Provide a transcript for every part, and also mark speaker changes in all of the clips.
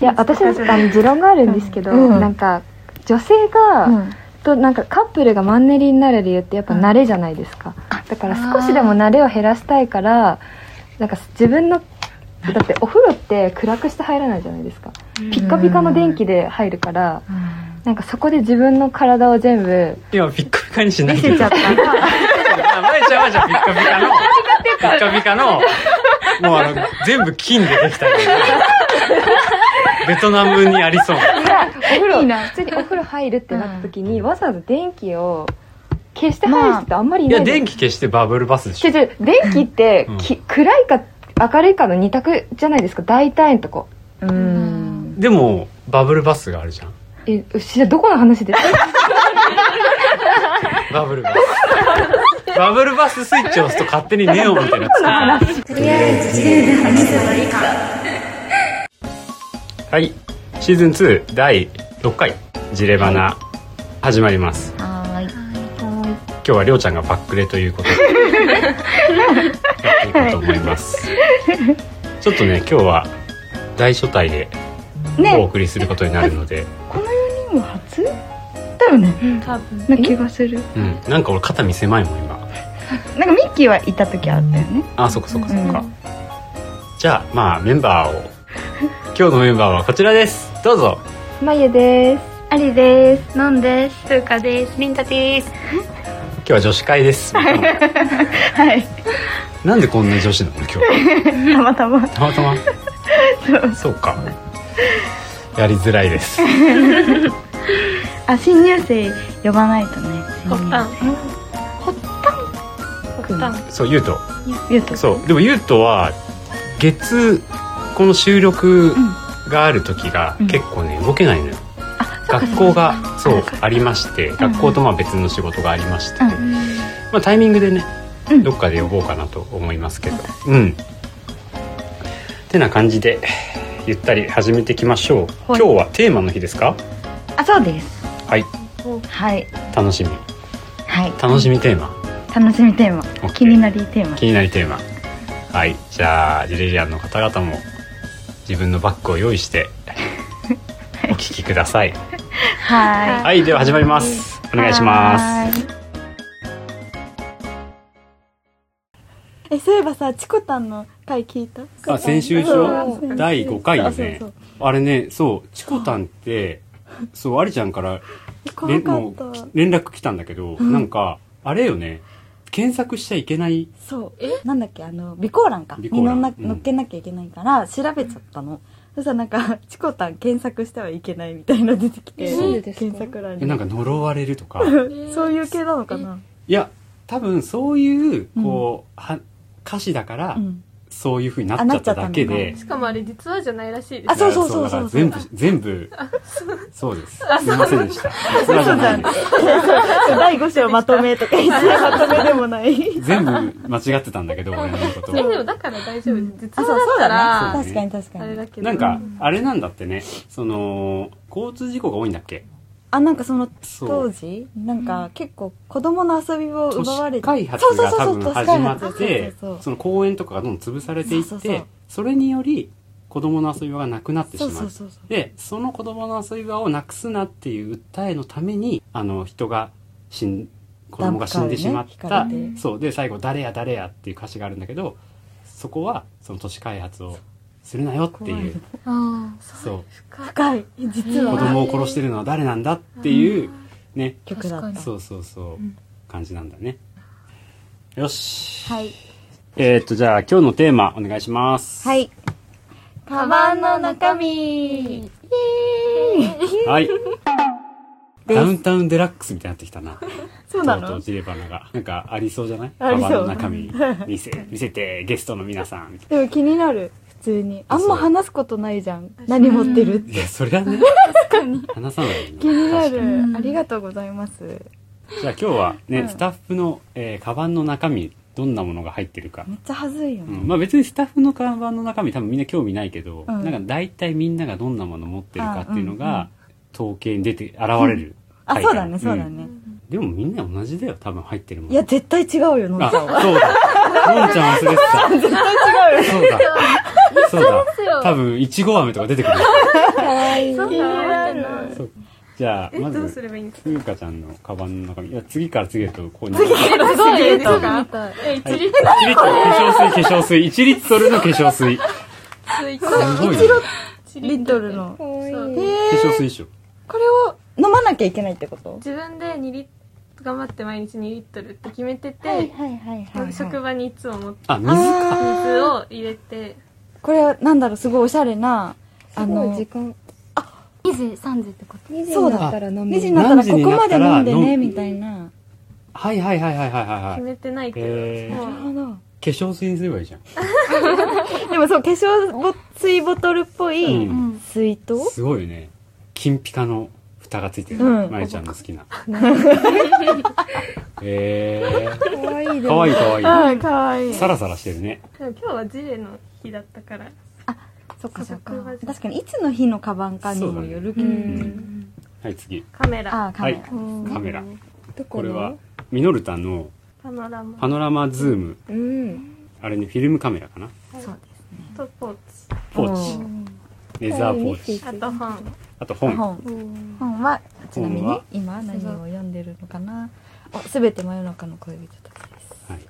Speaker 1: いや私あの持論があるんですけど、
Speaker 2: うん
Speaker 1: なんか女性が、
Speaker 2: うん
Speaker 1: となんかカップルがマンネリになる理由ってやっぱ慣れじゃないですか、だから少しでも慣れを減らしたいからなんか自分のだってお風呂って暗くして入らないじゃないですかピッカピカの電気で入るから、なんかそこで自分の体を全部
Speaker 3: 今ピッカピカにしない
Speaker 2: 見
Speaker 3: で
Speaker 2: せちゃった
Speaker 3: あまゆちゃんはじゃあピッカピカのピッカピカのもうあの全部金でできたよねベトナムにありそうな
Speaker 1: お風呂
Speaker 2: いいな
Speaker 1: 普通にお風呂入るってなった時に、わざわざ電気を消して入る人ってあんまりい
Speaker 3: い
Speaker 1: な
Speaker 3: や
Speaker 1: いじゃない
Speaker 3: 電気消してバブルバスでし
Speaker 1: 違う
Speaker 3: ょ
Speaker 1: 違う電気って
Speaker 3: うん
Speaker 1: き、暗いか明るいかの二択じゃないですか大体のとこ
Speaker 2: うん
Speaker 3: でもバブルバスがあるじゃん
Speaker 1: えうしどこの話ですか
Speaker 3: バブルバスバブルバススイッチを押すと勝手にネオンみたいなやつが
Speaker 4: とりあえず自由な話はいいか
Speaker 3: はいシーズン2第6回ジレバナ始まります
Speaker 2: はーい
Speaker 3: 今日はりょうちゃんがバックレということでやっていこうと思います、ちょっとね今日は大所帯でお
Speaker 2: ね
Speaker 3: 送りすることになるので、
Speaker 2: この4人は初だよね
Speaker 4: 多分
Speaker 2: な気がする
Speaker 3: うん、なんか俺肩身狭いもん
Speaker 2: な
Speaker 3: 今
Speaker 2: んかミッキーはいた時あったよね
Speaker 3: あそっかそっかそっか、
Speaker 2: うん
Speaker 3: じゃあまあメンバーを今日のメンバーはこちらですどうぞ
Speaker 1: まゆで
Speaker 4: ありですのんですふうかですりんたです
Speaker 3: 今日は女子会です
Speaker 2: はい
Speaker 3: なんでこんな女子なの今日
Speaker 2: たまたま
Speaker 3: たまた まそうかやりづらいです
Speaker 2: あ新入生呼ばないとね
Speaker 4: ほったん
Speaker 2: ほったん
Speaker 4: ほったん
Speaker 3: そう言うと
Speaker 2: ゆうと
Speaker 3: そうでもゆうとは月この収録がある時が
Speaker 2: うん
Speaker 3: 結構ね動けないのよ、
Speaker 2: あそうか
Speaker 3: 学校がそう
Speaker 2: そう
Speaker 3: ありまして学校とまあ別の仕事がありまして、
Speaker 2: うん
Speaker 3: まあ、タイミングでね、
Speaker 2: うん
Speaker 3: どっかで呼ぼうかなと思いますけどうんてな感じでゆったり始めていきましょう今
Speaker 2: はい
Speaker 3: 日はテーマの日ですか
Speaker 2: あそうです
Speaker 3: はい
Speaker 2: はい
Speaker 3: 楽しみ
Speaker 2: はい
Speaker 3: 楽しみテーマ、
Speaker 2: 楽しみテーマ
Speaker 3: OK
Speaker 2: 気になりテーマ
Speaker 3: 気になるテーマはいじゃあジレリアンの方々も自分のバッグを用 意してお聞きください
Speaker 2: は
Speaker 3: はいでは始まりますお
Speaker 2: い
Speaker 3: 願いします
Speaker 2: す
Speaker 5: えそういえばさチコタンの回聞いた
Speaker 3: あ先週でしょ第5回よね
Speaker 5: そうそう
Speaker 3: あれねそうチコタンってそうありちゃんから
Speaker 5: 怖
Speaker 3: れん
Speaker 5: か
Speaker 3: も
Speaker 5: っ
Speaker 3: う
Speaker 5: た
Speaker 3: 連絡来たんだけど、
Speaker 5: ん
Speaker 3: なんかあれよね検索しちゃいけない
Speaker 5: そうなんだっけあの備考欄か
Speaker 3: 備
Speaker 5: に
Speaker 3: 考欄
Speaker 5: のんな
Speaker 3: うん
Speaker 5: 乗っけなきゃいけないから調べちゃったの、そしたらなんか「チコタン検索してはいけない」みたいなの出てきて、
Speaker 1: えそうですか
Speaker 5: 検索欄
Speaker 3: え
Speaker 5: に
Speaker 3: なんか呪われるとか
Speaker 5: そういう系なのかな、
Speaker 3: いや多分そういうこう、は歌詞だから、
Speaker 5: うん、
Speaker 3: そういうふうになっちゃっただけ
Speaker 5: あなっちゃった
Speaker 3: で
Speaker 5: の
Speaker 6: しかもあれ実はじゃないらしいで
Speaker 5: あそうそうそう
Speaker 3: だから
Speaker 5: そう
Speaker 3: 全部全部そうですすみませんでしたそれじゃないんです
Speaker 5: 第5章まとめとか 言ってまとめでもない
Speaker 3: 全部間違ってたんだけど俺のこと
Speaker 6: す。え、でもだから大丈夫。実
Speaker 5: あそう
Speaker 6: は
Speaker 5: そう
Speaker 6: だった
Speaker 5: だ
Speaker 6: ら、
Speaker 5: ね確かに確
Speaker 6: あ
Speaker 5: か
Speaker 6: れ
Speaker 5: に
Speaker 6: だけど。
Speaker 3: なんかあれなんだってねその交通事故が多いんだっけ
Speaker 5: あなんかその
Speaker 3: そう
Speaker 5: 当時なんか結構子供の遊びを
Speaker 3: 都
Speaker 5: 奪われ
Speaker 3: 市
Speaker 5: て
Speaker 3: 開発
Speaker 5: そうそう
Speaker 3: が
Speaker 5: そう
Speaker 3: 多
Speaker 5: そう
Speaker 3: 分始ま
Speaker 5: 都
Speaker 3: っ
Speaker 5: 市開
Speaker 3: て
Speaker 5: 発そうそうそう
Speaker 3: その公園とかがどんどん潰されてい
Speaker 5: そうそう
Speaker 3: っ
Speaker 5: そ
Speaker 3: て
Speaker 5: う
Speaker 3: それにより子供の遊び場がなくなってし
Speaker 5: そう
Speaker 3: ま
Speaker 5: そう
Speaker 3: う
Speaker 5: そうそう
Speaker 3: でその子供の遊び場をなくすなっていう訴えのためにあの人が死ん子供が死んでしまっ
Speaker 5: ダ
Speaker 3: た、
Speaker 5: ンプカーでねひかれて
Speaker 3: そうで最後「誰や誰や」っていう歌詞があるんだけどそこはその都市開発をするなよっていうそう
Speaker 5: 深い実
Speaker 3: 子
Speaker 5: は
Speaker 3: 供を殺してるのは誰なんだっていうね
Speaker 5: 曲だった
Speaker 3: そうそうそう感じなんだねよし
Speaker 5: はい
Speaker 3: えーっとじゃあ今日のテーマお願いします
Speaker 5: はいカバンの中身
Speaker 3: はいダウンタウンデラックスみたいになってきたな
Speaker 5: そうな
Speaker 3: とうとう
Speaker 5: の
Speaker 3: ジレバナがなんかありそうじゃない
Speaker 5: あ
Speaker 3: カ
Speaker 5: りそ
Speaker 3: バ
Speaker 5: う
Speaker 3: ンの 中身見せ見せてゲストの皆さんみたい
Speaker 5: でも気になる普通に
Speaker 3: あ
Speaker 5: あん
Speaker 3: そう
Speaker 5: ま話すことないじゃん何持ってるって
Speaker 3: ないやそりゃね話さないよね
Speaker 5: 気にな
Speaker 3: 確かに
Speaker 5: るありがとうございます
Speaker 3: じゃあ今日はね、スタッフの、えー、カバンの中身どんなものが入ってるか
Speaker 5: めっちゃはずいよ
Speaker 3: う
Speaker 5: ね
Speaker 3: んまあ別にスタッフの看板の中身多分みんな興味ないけど、
Speaker 5: うん
Speaker 3: なんか大体みんながどんなもの持ってるかっていうの
Speaker 5: あ
Speaker 3: が統計に出て現れる、
Speaker 5: あそうだね
Speaker 3: ん
Speaker 5: そうだね
Speaker 3: でもみんな同じだよ多分入ってるもん
Speaker 5: いや絶対違うよのんちゃん
Speaker 3: あそうだのんちゃん忘れてた絶対違うそうだそうだ。多分、いちご飴とか出てくる。
Speaker 6: そうなの
Speaker 3: そうじゃあ、
Speaker 6: え
Speaker 3: ま
Speaker 6: どうす
Speaker 3: ず、
Speaker 6: ればいいんですか
Speaker 3: つゆかちゃんのカバンの中身。いや、次から次へと、こうに。
Speaker 6: すごいですかえ
Speaker 3: はい
Speaker 6: 一
Speaker 3: 1
Speaker 6: リ
Speaker 3: リ
Speaker 6: ッ
Speaker 3: ットル化粧水、化粧水。1リットルの化粧水。す
Speaker 6: ツイ
Speaker 3: ごいな。化
Speaker 5: リットルの。
Speaker 1: かわいい
Speaker 6: そう
Speaker 3: 粧水でしょ。
Speaker 6: これを
Speaker 5: 飲まなきゃいけないってこと
Speaker 6: 自分で2リット頑張って毎日2リットルって決めてて、
Speaker 5: はいはい
Speaker 6: 職場にいつも持って
Speaker 3: あ、水か。
Speaker 6: 水
Speaker 5: あー
Speaker 6: を入れて
Speaker 5: これはなんだろうすごいおしゃれなあ
Speaker 1: すごい
Speaker 5: の
Speaker 1: 時間
Speaker 7: 2時3時ってこと
Speaker 1: 2時
Speaker 5: そう
Speaker 1: に
Speaker 5: だ
Speaker 1: なったら飲み
Speaker 5: 2時に
Speaker 1: に
Speaker 5: なったらここまで飲んで
Speaker 3: 何時になったら
Speaker 5: ね
Speaker 3: 飲む
Speaker 5: みたいな
Speaker 3: はいはいはいはいはいはいはい。
Speaker 6: 決
Speaker 3: 化
Speaker 6: めてないけど、
Speaker 3: へー
Speaker 6: もう
Speaker 3: 粧水にすればいいじゃん。
Speaker 5: でもそう化粧ぼ水ボトルっぽい
Speaker 3: うん
Speaker 5: 水筒
Speaker 3: すごいよね。金ピカの蓋がついてる。
Speaker 5: うん
Speaker 3: まゆちゃんの好きな。えー。
Speaker 1: 可愛いで
Speaker 3: かわいいかわ
Speaker 5: あかわい
Speaker 3: いい。サラサラしてるね。
Speaker 6: でも今日はジレの日だったから
Speaker 5: そっかそっか
Speaker 6: 職場じゃ
Speaker 5: 確かにいつの日のカバンかにもよるけど、
Speaker 1: そうだね
Speaker 3: はい、次。
Speaker 6: カメラ
Speaker 5: ああカメラ、
Speaker 3: カメラ。
Speaker 1: ど
Speaker 3: こ
Speaker 1: こ
Speaker 3: れは
Speaker 1: の、
Speaker 3: ミノルタの
Speaker 6: パノラマ
Speaker 3: パノラマズーム。
Speaker 1: うん
Speaker 3: あれね、フィルムカメラかな。
Speaker 6: とポー
Speaker 3: ポー
Speaker 5: う
Speaker 3: チ。
Speaker 5: ん
Speaker 3: レザーポー
Speaker 6: チ
Speaker 3: チ。
Speaker 6: あと本
Speaker 3: あと本。
Speaker 5: 本本はちなみ
Speaker 3: 本
Speaker 5: に
Speaker 3: は
Speaker 5: 今何を読んでるのかなおすべて真夜中の恋人たちです
Speaker 3: はい。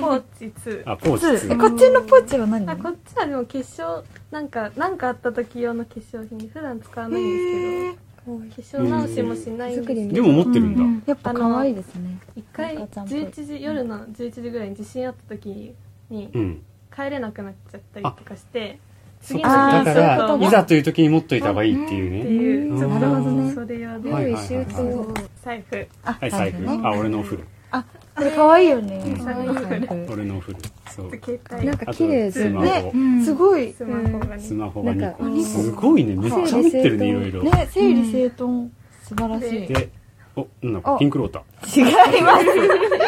Speaker 6: ポーチ2
Speaker 3: あ、ポーチ
Speaker 5: え
Speaker 3: 2。
Speaker 5: こっちのポーチは何
Speaker 6: あこっちはでも化粧なんかなんかあった時用の化粧品普段使わないんですけど化粧直しもしないん
Speaker 1: 手
Speaker 6: です
Speaker 1: 作りみ
Speaker 6: け
Speaker 1: たい
Speaker 3: でも持ってるんだ。
Speaker 5: うんやっぱ可愛いですね
Speaker 6: ど一回
Speaker 5: なんかちゃんと
Speaker 6: 11時夜の11時ぐらいに地震あった時に
Speaker 3: うん。
Speaker 6: 帰れなくなっちゃったりとかして
Speaker 3: そっ
Speaker 6: 次
Speaker 3: か
Speaker 6: の
Speaker 5: あー
Speaker 3: だか
Speaker 6: そういうこと
Speaker 3: ら、
Speaker 6: も
Speaker 3: いざという時に持っといた方がいいっていう
Speaker 6: って
Speaker 3: ね。
Speaker 6: いう
Speaker 3: うん
Speaker 6: ちょっと
Speaker 3: なるほど
Speaker 5: ね
Speaker 6: それ用で、
Speaker 3: は
Speaker 1: 用
Speaker 3: い
Speaker 1: 意周
Speaker 3: はいはい
Speaker 1: 到
Speaker 6: 財布
Speaker 5: あ
Speaker 3: はい、財布。
Speaker 5: ね
Speaker 3: あ、俺のお風呂。
Speaker 5: これ可愛いよね
Speaker 3: うん
Speaker 1: 可愛い
Speaker 6: うん
Speaker 3: 俺のお風呂。そう。
Speaker 6: 携帯
Speaker 1: なんか綺麗で
Speaker 3: あとスマ
Speaker 5: ね
Speaker 3: ホ。
Speaker 5: すごい
Speaker 6: スマホがね
Speaker 3: スマホが2
Speaker 1: な
Speaker 3: 個。
Speaker 1: んか
Speaker 3: すごいね。めっちゃ持ってるね、い
Speaker 1: 整
Speaker 3: ろ
Speaker 1: 理
Speaker 3: いろ。
Speaker 5: ね整理整頓素晴らしい
Speaker 6: で
Speaker 3: で、お、なんだこれ
Speaker 5: お
Speaker 3: ピンクローター。
Speaker 5: 違います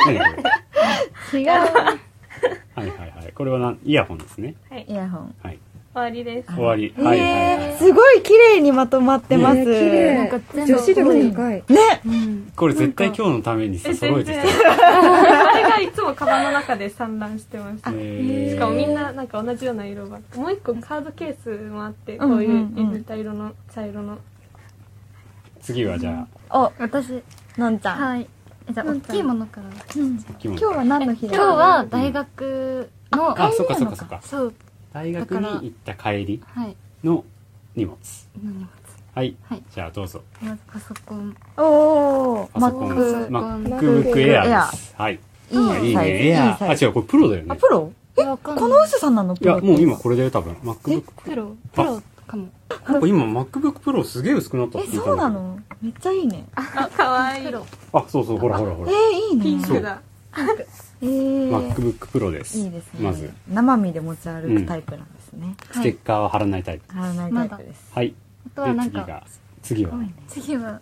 Speaker 3: 何これ
Speaker 5: 違う
Speaker 3: はいはいはい。これはなんイヤホンですね。
Speaker 6: はい
Speaker 5: イ
Speaker 6: 終
Speaker 5: ヤホン
Speaker 3: はい。
Speaker 6: わりです
Speaker 3: 終わり。
Speaker 5: え
Speaker 3: はいはい
Speaker 5: ー
Speaker 3: は
Speaker 5: すごい綺麗にまとまってます
Speaker 1: ね綺麗
Speaker 7: なんか全部
Speaker 1: 女子力高い
Speaker 5: ね
Speaker 3: い。これ絶対今日のためにさ、揃えてきたよ。
Speaker 6: それがいつもカバンの中で散乱してます
Speaker 3: えー
Speaker 6: しかもみんななんか同じような色ばっかもう一個カードケースもあってこうい
Speaker 5: んう
Speaker 6: うん
Speaker 5: うん
Speaker 6: 入れた色の茶色の
Speaker 3: 次はじゃ
Speaker 5: お
Speaker 7: 私
Speaker 5: のんちゃん
Speaker 7: はいじゃあ大きいものから
Speaker 3: あ、着物
Speaker 5: 今日は何の日
Speaker 7: 今
Speaker 5: だ
Speaker 7: 日は大学の
Speaker 3: あ、そっかそっかそっか。
Speaker 7: そう
Speaker 3: 大学に行った帰り
Speaker 7: はい
Speaker 3: の荷物。
Speaker 7: 何を
Speaker 3: はい
Speaker 7: はい。
Speaker 3: じゃあどうぞ。
Speaker 7: まずパソコン
Speaker 5: おお
Speaker 3: パソコン
Speaker 7: Mac。
Speaker 3: MacBook Air です。はい。いい
Speaker 5: サイズ
Speaker 3: ね。エ
Speaker 5: いい
Speaker 3: ア
Speaker 5: サ
Speaker 3: あ、
Speaker 5: イズ
Speaker 3: 違う、これプロだよ
Speaker 5: あ
Speaker 3: ね。
Speaker 5: プロえこの薄さんなの
Speaker 3: い
Speaker 5: プロ
Speaker 3: や、
Speaker 5: って
Speaker 3: もう今これだよ、多分。MacBook
Speaker 7: プロ
Speaker 3: プ
Speaker 7: プ
Speaker 3: ロ
Speaker 7: ロかも
Speaker 3: なんか今 MacBook Pro すげえ薄くなったっ
Speaker 5: え
Speaker 3: て言った
Speaker 5: そうなん
Speaker 3: だけど
Speaker 5: のめっちゃいいね
Speaker 6: あかわいい
Speaker 7: プロ
Speaker 3: あ、そうそう、ほらほらほ
Speaker 5: え
Speaker 3: ら。
Speaker 5: ーいいね
Speaker 6: ピンクだ
Speaker 5: えー
Speaker 3: MacBook Pro です。
Speaker 5: いいですね
Speaker 3: まず、
Speaker 5: 生身で持ち歩くタイプなんですね
Speaker 3: ステッカーは貼らないタイプ。
Speaker 5: 貼らないタイプです
Speaker 3: はい。
Speaker 7: あとは
Speaker 3: で、
Speaker 7: なん
Speaker 3: 次
Speaker 7: か
Speaker 3: が、次は、
Speaker 7: 次は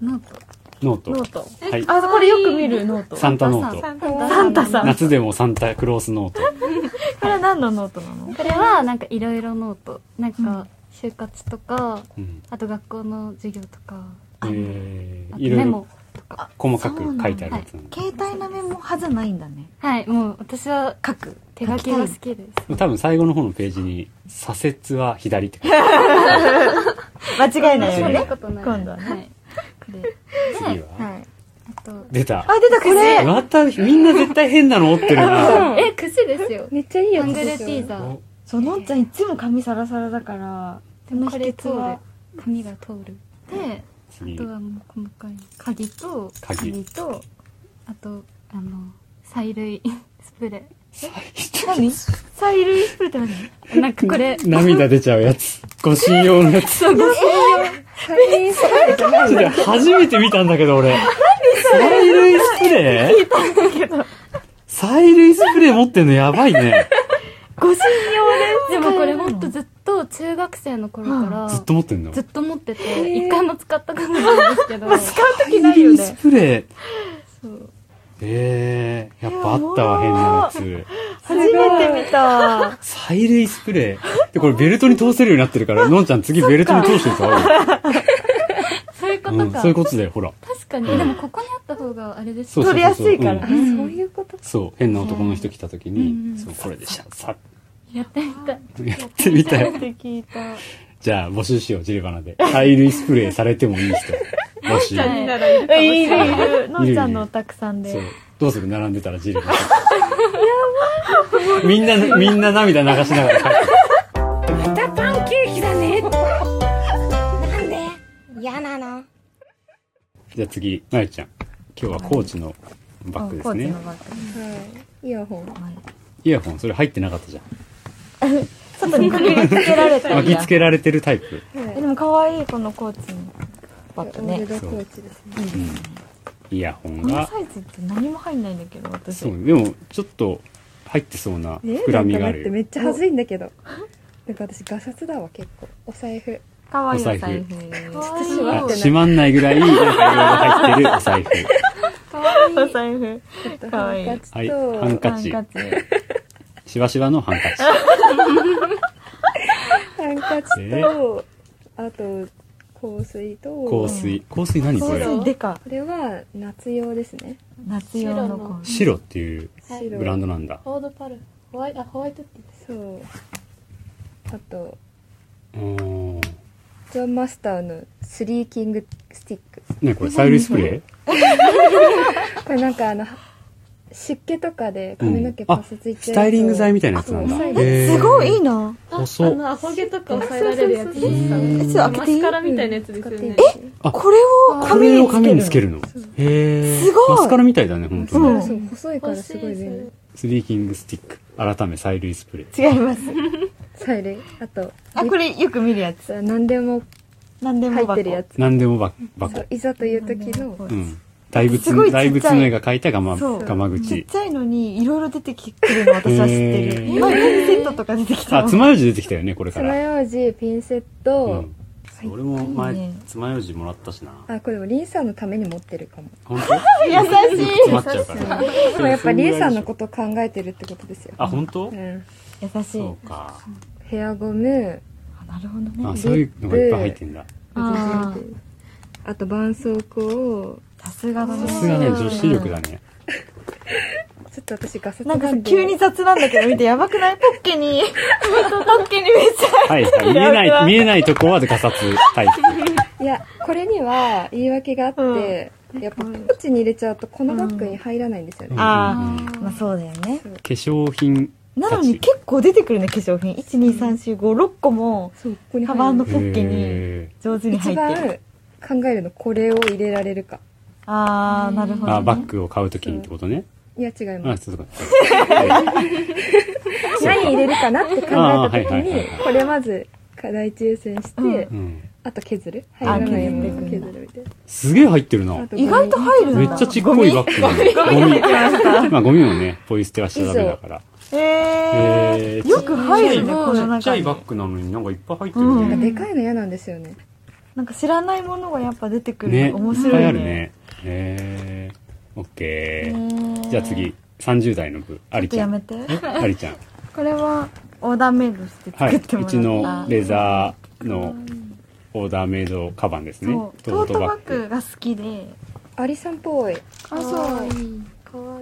Speaker 7: ノート
Speaker 3: ノート。
Speaker 5: ノート
Speaker 3: はい。
Speaker 5: あこれよく見るノート
Speaker 3: サンタノー
Speaker 6: サ
Speaker 3: ト。
Speaker 6: ンタ
Speaker 5: サンタさん
Speaker 3: 夏でもサンタクロースノート。
Speaker 5: これは何のノートなの
Speaker 7: これはなんかいろいろノートなん
Speaker 5: うん
Speaker 7: か就活とか
Speaker 3: うん。
Speaker 7: あと学校の授業とか
Speaker 3: え
Speaker 7: あ
Speaker 3: ー、
Speaker 7: と
Speaker 3: いろい
Speaker 7: メ
Speaker 3: ろ
Speaker 7: モとか
Speaker 3: 細かく書いてあるやつなんだ。
Speaker 5: 携帯のメモ派じゃないんだね
Speaker 7: はいもう私は書く手書きが好きです
Speaker 3: 多分最後の方のページに、左折は左って書いて
Speaker 5: 間違いない
Speaker 3: 間
Speaker 5: よ
Speaker 3: 違いな
Speaker 5: ね
Speaker 3: い
Speaker 7: ことない
Speaker 5: 今度はね
Speaker 7: はいこ
Speaker 3: あ
Speaker 7: れ
Speaker 3: る。次は、
Speaker 5: はい
Speaker 7: あと
Speaker 3: 出た。
Speaker 5: あ出たこれ
Speaker 3: また、みんな絶対変なの持ってるな。
Speaker 7: え癖ですよ
Speaker 1: めっちゃいいや
Speaker 7: ア
Speaker 1: つ
Speaker 7: ングル
Speaker 1: で
Speaker 7: テ
Speaker 1: し
Speaker 7: ィー
Speaker 1: ょ
Speaker 7: ザー
Speaker 3: お
Speaker 5: そうのんちゃんいつも髪サラサラだから
Speaker 7: でもこれ
Speaker 5: 秘
Speaker 7: 通
Speaker 5: 訣は
Speaker 7: る紙が通るで
Speaker 3: 次
Speaker 7: あと、はもう細かい鍵と
Speaker 3: 鍵
Speaker 7: とあとあの催涙スプレ
Speaker 5: 何サイルスプレーって何
Speaker 7: ーなんかこ れ
Speaker 3: 涙出ちゃうやつ。護身用のやつ。
Speaker 7: そうご
Speaker 1: 最近
Speaker 3: マジで初めて見たんだけど俺。催涙スプレー聞いたんだけど。催涙スプレー持ってんのやばいね。
Speaker 5: 護身用で
Speaker 7: でもこれほんとずっと中学生の頃から
Speaker 3: ずっと持ってんの。
Speaker 7: ずっ
Speaker 3: 催
Speaker 7: と持ってて一回も使ったことないんですけど
Speaker 5: 使う時ないよ
Speaker 3: 涙ス
Speaker 5: ね
Speaker 3: プレー。
Speaker 7: そう
Speaker 3: ええー、やっぱあったわ、変なや
Speaker 5: 初めて見た
Speaker 3: つ。催涙スプレー。で、これベルトに通せるようになってるから、のんちゃん次ベルトに通してるぞ。
Speaker 7: そういうこ
Speaker 3: う
Speaker 7: と
Speaker 3: ん、
Speaker 7: か、
Speaker 3: そういうことだよ、ほら。
Speaker 7: 確かにでもここにあった方があれです
Speaker 3: そうそうそうそう
Speaker 5: 取りやすいから
Speaker 3: うん
Speaker 1: そういうこと
Speaker 3: そう、変な男の人来た時
Speaker 7: うんう
Speaker 3: に、
Speaker 7: ん
Speaker 3: そう、これでシャッ、さ、
Speaker 7: やってみたい
Speaker 3: やってみたい。
Speaker 5: て聞いた。
Speaker 3: じゃあ募集しよう、ジレバナで。催涙スプレーされて もいい人。募集。
Speaker 5: い るいる。のんちゃんのおたくさん
Speaker 3: そう
Speaker 5: で。。
Speaker 3: どうする並んでたらジレバナ。みんな、みんな涙流しながら帰ってくる。
Speaker 8: 嫌なの
Speaker 3: じゃあ次、まゆちゃん。今日はコーチのバッグですね。
Speaker 1: イヤホン
Speaker 3: イヤホン、それ入ってなかったじゃん。
Speaker 5: 外に首につけられた
Speaker 3: 巻きつけられてるタイプ。
Speaker 5: えでも可愛いこのコーチのバットね。
Speaker 3: そうイヤホン
Speaker 5: この
Speaker 3: が。
Speaker 5: サイズって何も入んないんだけど、私。
Speaker 3: そう、でも、ちょっと、入ってそうな膨らみがあるよ。
Speaker 1: っちゃ恥ずいんだけどなんか私ガサツだわ結構お財布
Speaker 5: 可愛いお財
Speaker 3: お財
Speaker 5: 布。
Speaker 3: あ閉まんないぐらい、なんかいろいろ入ってるお財布。
Speaker 5: お財布。可愛い
Speaker 1: ハンカチ
Speaker 3: はい、
Speaker 1: と
Speaker 3: ハンカチ
Speaker 5: ハ。ンカチ。
Speaker 3: しわしわのハンカチ。
Speaker 1: ハンカチとあと香水と
Speaker 3: 香水。香水何これ
Speaker 5: 香水でか。
Speaker 1: これは夏用ですね
Speaker 5: 夏用のコーチ。
Speaker 3: 白っていう
Speaker 1: 白
Speaker 3: ブランドなんだ。
Speaker 6: ホードパルホワイあホワイトって
Speaker 1: そうあと
Speaker 3: うーん。
Speaker 1: ジョンマスターのスリーキングスティック
Speaker 3: ねこれ、催涙スプレ
Speaker 1: これなんかあの湿気とかで
Speaker 3: ーう
Speaker 1: 髪の
Speaker 3: ん
Speaker 1: 毛。パ
Speaker 3: あ
Speaker 1: サつい、ち
Speaker 3: ス
Speaker 1: ゃうと
Speaker 3: タイリング剤みたいなやつなんだ。
Speaker 1: そう
Speaker 3: へー
Speaker 5: すごいいいな。
Speaker 6: あ
Speaker 3: 細っ。
Speaker 6: のアホ毛とか抑えられるやつですか
Speaker 5: え、ちょっと開け
Speaker 6: マ
Speaker 5: てい
Speaker 6: ス
Speaker 5: い
Speaker 6: カラみたいなやつですよね
Speaker 1: え
Speaker 5: これを
Speaker 3: これを
Speaker 5: 髪
Speaker 3: 髪
Speaker 5: に
Speaker 3: につ
Speaker 5: つ
Speaker 3: け
Speaker 5: け
Speaker 3: る
Speaker 5: る
Speaker 3: の。へえ。
Speaker 5: すごい
Speaker 3: マスカラみたいだね、本当に。
Speaker 1: そう細いからすごい便利
Speaker 3: スリーキングスティック。改め、催涙スプレー。
Speaker 5: 違います。
Speaker 1: サイレンあと
Speaker 5: あ、これよく見るやつ。
Speaker 1: 何でも
Speaker 5: 何でも
Speaker 1: 入
Speaker 5: 箱
Speaker 1: ってるやつ
Speaker 3: 何でもば、
Speaker 1: そ
Speaker 3: 箱
Speaker 1: う。いざという時の
Speaker 3: うん。大仏
Speaker 5: すごいちっちゃい
Speaker 3: 大仏の絵が描いたがま、
Speaker 5: そう
Speaker 3: がま
Speaker 5: ちっ
Speaker 3: 口。
Speaker 5: ちゃいのにいろいろ出てきてるの私は知って
Speaker 3: へ
Speaker 5: る。
Speaker 3: ー
Speaker 5: まあ、ピンセットとか出てきた
Speaker 3: あ、
Speaker 5: の。
Speaker 3: 爪楊枝出てきたよね、これか
Speaker 1: 爪
Speaker 3: ら。
Speaker 1: 楊枝ピンセット、
Speaker 3: うん。俺も
Speaker 5: いい
Speaker 3: 前
Speaker 5: ね、
Speaker 3: 爪楊枝もらったしな。
Speaker 1: あこれもリンさんのために持ってるかも
Speaker 3: 本当優しい。詰まっちゃうから。
Speaker 1: でもやっぱリンさんのこと考えてるってことですよ
Speaker 3: あ、本当
Speaker 1: う？ん
Speaker 5: 優しい
Speaker 3: そ。うか。
Speaker 1: ヘアゴム
Speaker 5: あなるほどね。
Speaker 3: あ、そういうのがいっぱい入ってんだ。
Speaker 5: あ
Speaker 1: あと絆創膏
Speaker 5: さすがだね。
Speaker 3: さすがね、女子力だね。
Speaker 1: ちょっと私ガサツ
Speaker 5: なんかさ
Speaker 1: んで
Speaker 5: 急に雑なんだけど見てやばくないポッケに、ポッケにめっちゃ。
Speaker 3: はいはい。見えない、見えないとこはガサツタイプ。
Speaker 1: いやこれには言い訳があって、やっぱポーチに入れちゃうとこのバッグに入らないんですよね、
Speaker 5: あ
Speaker 3: うん
Speaker 5: あ、 まあそうだよね。
Speaker 3: 化粧品
Speaker 5: な
Speaker 3: た
Speaker 5: のに
Speaker 3: ち。
Speaker 5: 結構出てくるね、化粧品。1、2、3、4、5、6個も
Speaker 1: そうここに
Speaker 5: カ
Speaker 1: 入
Speaker 5: バンの
Speaker 1: る
Speaker 5: ポッケに
Speaker 3: へ
Speaker 5: 上手に入
Speaker 1: 一
Speaker 5: ってる。
Speaker 1: 番考えるのこれを入れられるか
Speaker 5: ああ、なるほ
Speaker 3: ー
Speaker 5: ど、ね。
Speaker 3: あ、バッグを買うときにってことね。
Speaker 1: いや違いま
Speaker 3: あ、
Speaker 1: す
Speaker 3: そうか。そう
Speaker 1: 何入れるかなって考えた時
Speaker 3: あーはいはいはい
Speaker 1: に
Speaker 3: はい
Speaker 1: これまず第一優先して、
Speaker 3: うん。
Speaker 1: あと削る入らないものを削るみたい
Speaker 3: すげえ入ってるな
Speaker 1: なあ。とゴミ
Speaker 5: 意外と入るな
Speaker 3: めっちゃちっこいバッグだね。ゴミ。まあゴミもね、ポイ捨てはしちゃダメだから。
Speaker 5: え
Speaker 3: え
Speaker 5: ー、よく入るね、この
Speaker 3: ちっちゃ
Speaker 5: 中
Speaker 3: い
Speaker 5: に
Speaker 3: バ。ッグなのになんかいっぱい入ってるね
Speaker 1: なんかでかいの嫌なんですよね
Speaker 5: なんか知らないものがやっぱ出てくるの
Speaker 3: ね、
Speaker 5: 面
Speaker 3: いっぱ
Speaker 5: 白
Speaker 3: いあ
Speaker 5: い
Speaker 3: る
Speaker 5: ね。
Speaker 3: ね。へえー。オッケ
Speaker 5: ね
Speaker 3: ー。
Speaker 5: ー
Speaker 3: じゃあ次、30代の部、あり
Speaker 5: ちょっと
Speaker 3: ちゃ
Speaker 5: や
Speaker 3: ん。
Speaker 5: めて。
Speaker 3: ありちゃ ん。
Speaker 5: これはオーダーメイドして
Speaker 3: は
Speaker 5: 作
Speaker 3: い。
Speaker 5: ってもらった。
Speaker 3: うちのレザーのオーダーメイドカバンですね
Speaker 5: そう。トートバッグ。が好きで。
Speaker 1: アリさんっぽい
Speaker 5: あ、そう。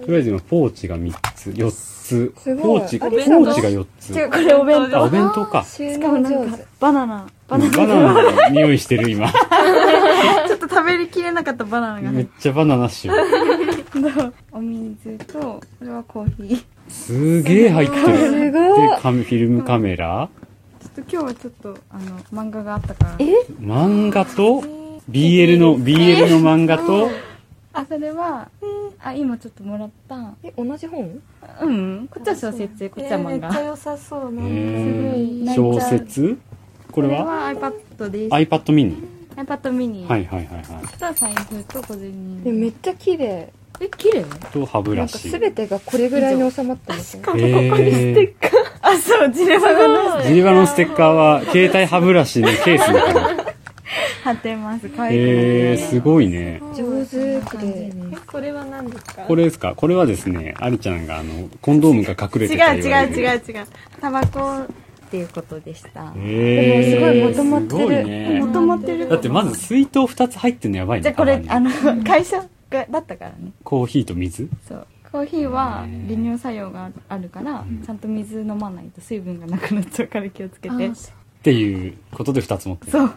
Speaker 3: とりあえず今、ポーチが3つ、4つ。
Speaker 1: すごい
Speaker 3: ポーチ、ポ
Speaker 1: ありさん
Speaker 3: ーチが4つ。
Speaker 5: 違う、これお弁
Speaker 3: あ、
Speaker 5: 当。
Speaker 3: お弁当か。
Speaker 1: 収
Speaker 5: しかも
Speaker 1: 納
Speaker 5: な
Speaker 1: 上
Speaker 5: ん
Speaker 1: 手
Speaker 5: か、バナナ。
Speaker 3: う
Speaker 5: バナ
Speaker 3: んバナナの匂いしてる今。
Speaker 5: ナ。ちょっと食べきれなかったバナナが
Speaker 3: め
Speaker 5: 入っ
Speaker 3: っちゃバナナっしよ。
Speaker 5: お水と、これはコーヒー。ち
Speaker 3: すげえ入ってる。
Speaker 1: す
Speaker 3: で、
Speaker 1: ごい
Speaker 3: カメフィルムカメラ、
Speaker 5: ょっと今日はちょっと、あの、漫画があったから。
Speaker 3: 漫画と、BL の、BL の漫画と、
Speaker 5: あ、それは、あ、今ちょっともらった。
Speaker 1: え同じ本
Speaker 5: うん。こっちは小説で、こっちは漫
Speaker 6: めっちゃ
Speaker 5: 画。
Speaker 6: 良さそうな
Speaker 3: えー
Speaker 5: すご
Speaker 3: 小
Speaker 5: い
Speaker 3: 説
Speaker 5: こ
Speaker 3: これ
Speaker 5: れ
Speaker 3: は
Speaker 5: は iPad です。
Speaker 3: iPad mini?
Speaker 5: iPad mini。
Speaker 3: はいはいはいはい。
Speaker 5: と財布と小銭
Speaker 1: でもめっちゃ綺麗
Speaker 5: え、綺麗
Speaker 3: と歯ブ
Speaker 1: な
Speaker 3: ラ
Speaker 1: んか
Speaker 3: シ。
Speaker 1: 全てがこれぐらいに収まってますね
Speaker 3: えー、
Speaker 5: あ、そう、ジレバナ
Speaker 3: ジリバのステッカーは、携帯歯ブラシのケースに貼 る。
Speaker 5: 貼ってます。可愛くなって
Speaker 3: えー、
Speaker 5: ます
Speaker 3: ごいね。
Speaker 1: 上手くて
Speaker 6: えこれは何ですか
Speaker 3: これですかこれはですね、アリちゃんが、あの、コンドームが隠れて
Speaker 5: 違
Speaker 3: た
Speaker 5: う
Speaker 3: 言わ
Speaker 5: 違う
Speaker 3: れる
Speaker 5: 違う違う。タバコっていうことでした。
Speaker 3: えー、
Speaker 1: でもすごいまとまってる
Speaker 3: すごいね。
Speaker 5: とまってる
Speaker 3: だってまず水筒2つ入ってんのやばい ね。
Speaker 5: じゃあこれ、
Speaker 3: カバ
Speaker 5: あ
Speaker 3: ンに
Speaker 5: の、会社がだったからね。
Speaker 3: コーヒーと水
Speaker 5: そう。コーヒーは利尿作用があるからちゃんと水飲まないと水分がなくなっちゃうから気をつけて
Speaker 3: っていうことで2つ持ってる
Speaker 5: そう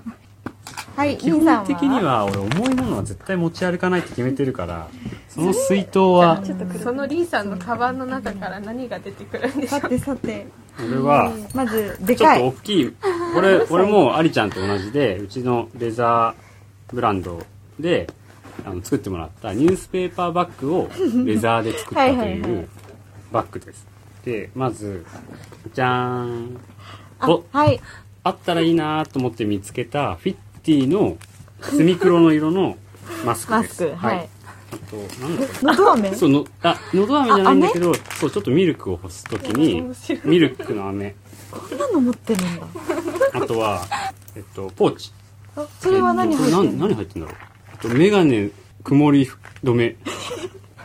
Speaker 5: はい
Speaker 3: 基
Speaker 5: リンさんは
Speaker 3: 本的には俺重いものは絶対持ち歩かないって決めてるからその水筒は
Speaker 6: そのリンさんのカバンの中から何が出てくるんでしょ
Speaker 5: さ
Speaker 6: う
Speaker 5: てさて
Speaker 3: 俺は
Speaker 5: まずで
Speaker 3: ちょっ
Speaker 5: か
Speaker 3: と
Speaker 5: い
Speaker 3: 大きい俺俺もありちゃんと同じでうちのレザーブランドであの作ってもらったニュースペーパーバッグをレザーで作ったと
Speaker 5: はいはい
Speaker 3: い
Speaker 5: は
Speaker 3: う
Speaker 5: い
Speaker 3: バッグですでまずじゃーん
Speaker 5: あ
Speaker 3: お
Speaker 5: はい
Speaker 3: あったらいいなと思って見つけたフィッティの墨黒の色のマスク
Speaker 5: マ
Speaker 3: で
Speaker 5: ス
Speaker 3: す
Speaker 5: クはい
Speaker 3: あとなんだろう
Speaker 5: のど飴
Speaker 3: そうのあのど飴じゃないんだけどそうちょっとミルクを干す時にミルクの飴
Speaker 5: こんなの持ってるんだ
Speaker 3: あとはえっとポーチ
Speaker 5: あそれは何入ってる
Speaker 3: えと
Speaker 5: の
Speaker 3: 何何入ってんだろうあと眼鏡曇り止め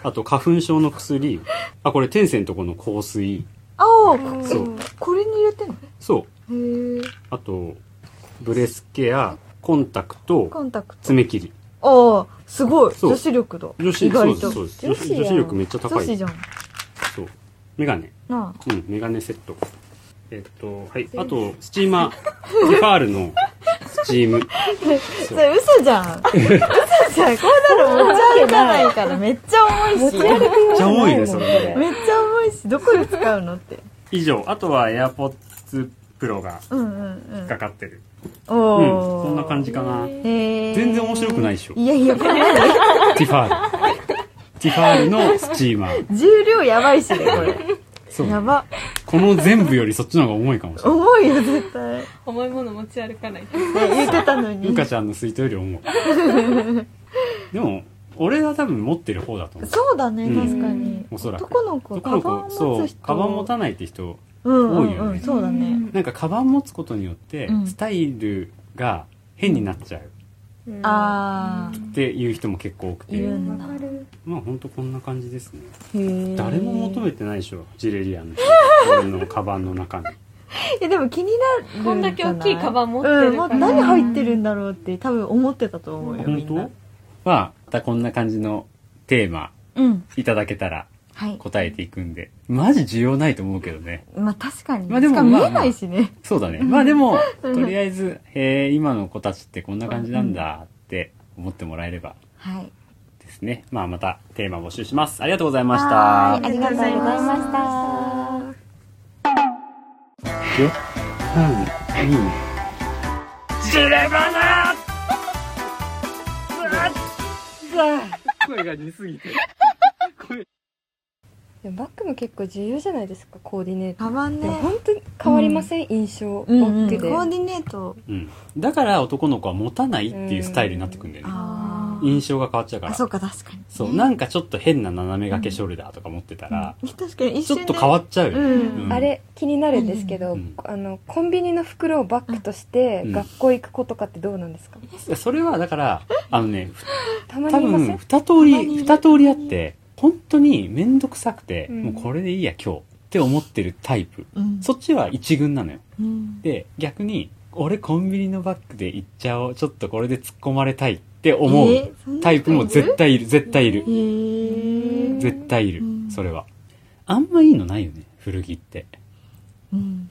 Speaker 3: あと花粉症の薬あこれ天線とこの香水
Speaker 5: あお
Speaker 3: そう
Speaker 5: これに入れてんの
Speaker 3: そう
Speaker 5: へえ
Speaker 3: あとブレスケアコンタクト
Speaker 5: コンタクト
Speaker 3: 爪切り
Speaker 5: ああすごい
Speaker 3: そう
Speaker 5: 女子力だ
Speaker 3: 女子
Speaker 5: 意
Speaker 3: そ
Speaker 5: 外
Speaker 3: うです
Speaker 5: と
Speaker 3: そうです
Speaker 1: 女子やん
Speaker 3: 女子女子力めっちゃ高
Speaker 5: 女
Speaker 3: い
Speaker 5: 子じゃん
Speaker 3: そう眼鏡
Speaker 5: なあ
Speaker 3: うん、メガネセット。えっと、はい。あと、スチーマー。ティファールのスチーム。
Speaker 5: それ嘘じゃん嘘じゃんこんなの持ち歩かないからめっちゃ重いし
Speaker 3: めっちゃ重いね、それね。
Speaker 5: めっちゃ重いしどこで使うのって
Speaker 3: 以上、あとは AirPods Pro が
Speaker 5: うんうんう
Speaker 3: 引っ
Speaker 5: ん
Speaker 3: かかってる。うん、
Speaker 5: おお、
Speaker 3: そんな感じかな。
Speaker 5: へー
Speaker 3: 全然面白くないでしょ
Speaker 5: いやいやこれ
Speaker 3: ティファール。ティファールのスチーマー。
Speaker 5: 重量やばいしねこれ
Speaker 3: そう。
Speaker 5: やば
Speaker 3: この全部よりそっちの方が重いかもしれない。
Speaker 5: 重いよ絶対、ね、
Speaker 6: 重いもの持ち歩かない
Speaker 5: 言ってたのに
Speaker 3: ゆかちゃんの水筒より重い。でも、俺は多分持ってる方だと思う。
Speaker 5: そうだね、
Speaker 3: うん
Speaker 5: 確かに
Speaker 3: おそらく
Speaker 5: 男の子
Speaker 3: 男の
Speaker 5: カバン
Speaker 3: 子、
Speaker 5: 持
Speaker 3: そう
Speaker 5: つ人、
Speaker 3: カバン持たないって人、
Speaker 5: うんう
Speaker 3: 多い
Speaker 5: ん
Speaker 3: よ
Speaker 5: う
Speaker 3: ね
Speaker 5: んそうだね
Speaker 3: なんかカバン持つことによって
Speaker 5: うん
Speaker 3: スタイルが変になっちゃう
Speaker 5: ああ
Speaker 3: っていう人も結構多く
Speaker 5: い
Speaker 3: て
Speaker 5: るんだ
Speaker 3: まあほんとこんな感じですね
Speaker 5: へえ
Speaker 3: 誰も求めてないでしょジレリアンの俺のカバンの 中に
Speaker 5: えでも気になる
Speaker 6: こんだけ大きいカバン持って
Speaker 5: う
Speaker 6: る
Speaker 5: ん、も
Speaker 6: か
Speaker 5: う
Speaker 6: ら、
Speaker 5: 何入ってるんだろうって多分思ってたと思うよみん
Speaker 3: 本
Speaker 5: な
Speaker 3: 当まあまたこんな感じのテーマ
Speaker 5: うん
Speaker 3: いただけたら
Speaker 5: はい
Speaker 3: 答えていくんでマジ需要ないと思うけどね
Speaker 5: まあ確かに、
Speaker 3: まあでも
Speaker 5: しかも見
Speaker 3: まあ
Speaker 5: えないしね、
Speaker 3: そうだねまあで もとりあえずへえ今の子たちってこんな感じなんだって思ってもらえれば
Speaker 5: はい
Speaker 3: ですねまあまたテーマ募集しますありがとうございまし
Speaker 5: は
Speaker 3: た
Speaker 5: いありがとうございました
Speaker 3: よ、うん、いいね。ジレバナ。声が似すぎて。
Speaker 1: でもバッグも結構重要じゃないですかコーディネート
Speaker 5: カバン
Speaker 1: でも
Speaker 5: ね
Speaker 1: 本当に変わりません、印象バ
Speaker 5: うん
Speaker 1: ッ
Speaker 5: うん
Speaker 1: グ
Speaker 5: コ
Speaker 1: で、
Speaker 5: ーディネート
Speaker 3: うん。だから男の子は持たないっていうスタイルになってくんだよね。
Speaker 5: あー
Speaker 3: 印象が変わっちゃうか
Speaker 5: あ
Speaker 3: ら。
Speaker 5: そうか確かに
Speaker 3: そう、なんかちょっと変な斜め掛けショルダーとか持ってたら、
Speaker 5: 確かに一
Speaker 3: ち
Speaker 5: 瞬、
Speaker 3: ょ
Speaker 5: ね、
Speaker 3: っと変わっちゃうよ
Speaker 5: う
Speaker 3: ね。
Speaker 5: ん、
Speaker 3: うん
Speaker 1: あれ気になるんですけど、
Speaker 3: うん
Speaker 1: あのコンビニの袋をバッグとして
Speaker 3: うん
Speaker 1: 学校行く子とかってどうなんですか、
Speaker 3: それはだから、あのね、
Speaker 1: たま
Speaker 3: 多
Speaker 1: にいませ
Speaker 3: 分
Speaker 1: ん
Speaker 3: 二通り二通りあって本当に面倒くさくて、
Speaker 1: うん
Speaker 3: もうこれでいいや今日って思ってるタイプ
Speaker 5: うん
Speaker 3: そっちは一軍なのよ
Speaker 5: うん
Speaker 3: で逆に俺コンビニのバッグで行っちゃおうちょっとこれで突っ込まれたいって思う
Speaker 5: えーそんな人
Speaker 3: タイプも絶対いる絶対いる
Speaker 5: へー
Speaker 3: 絶対いる
Speaker 5: うん
Speaker 3: それはあんまいいのないよね古着って
Speaker 5: うん、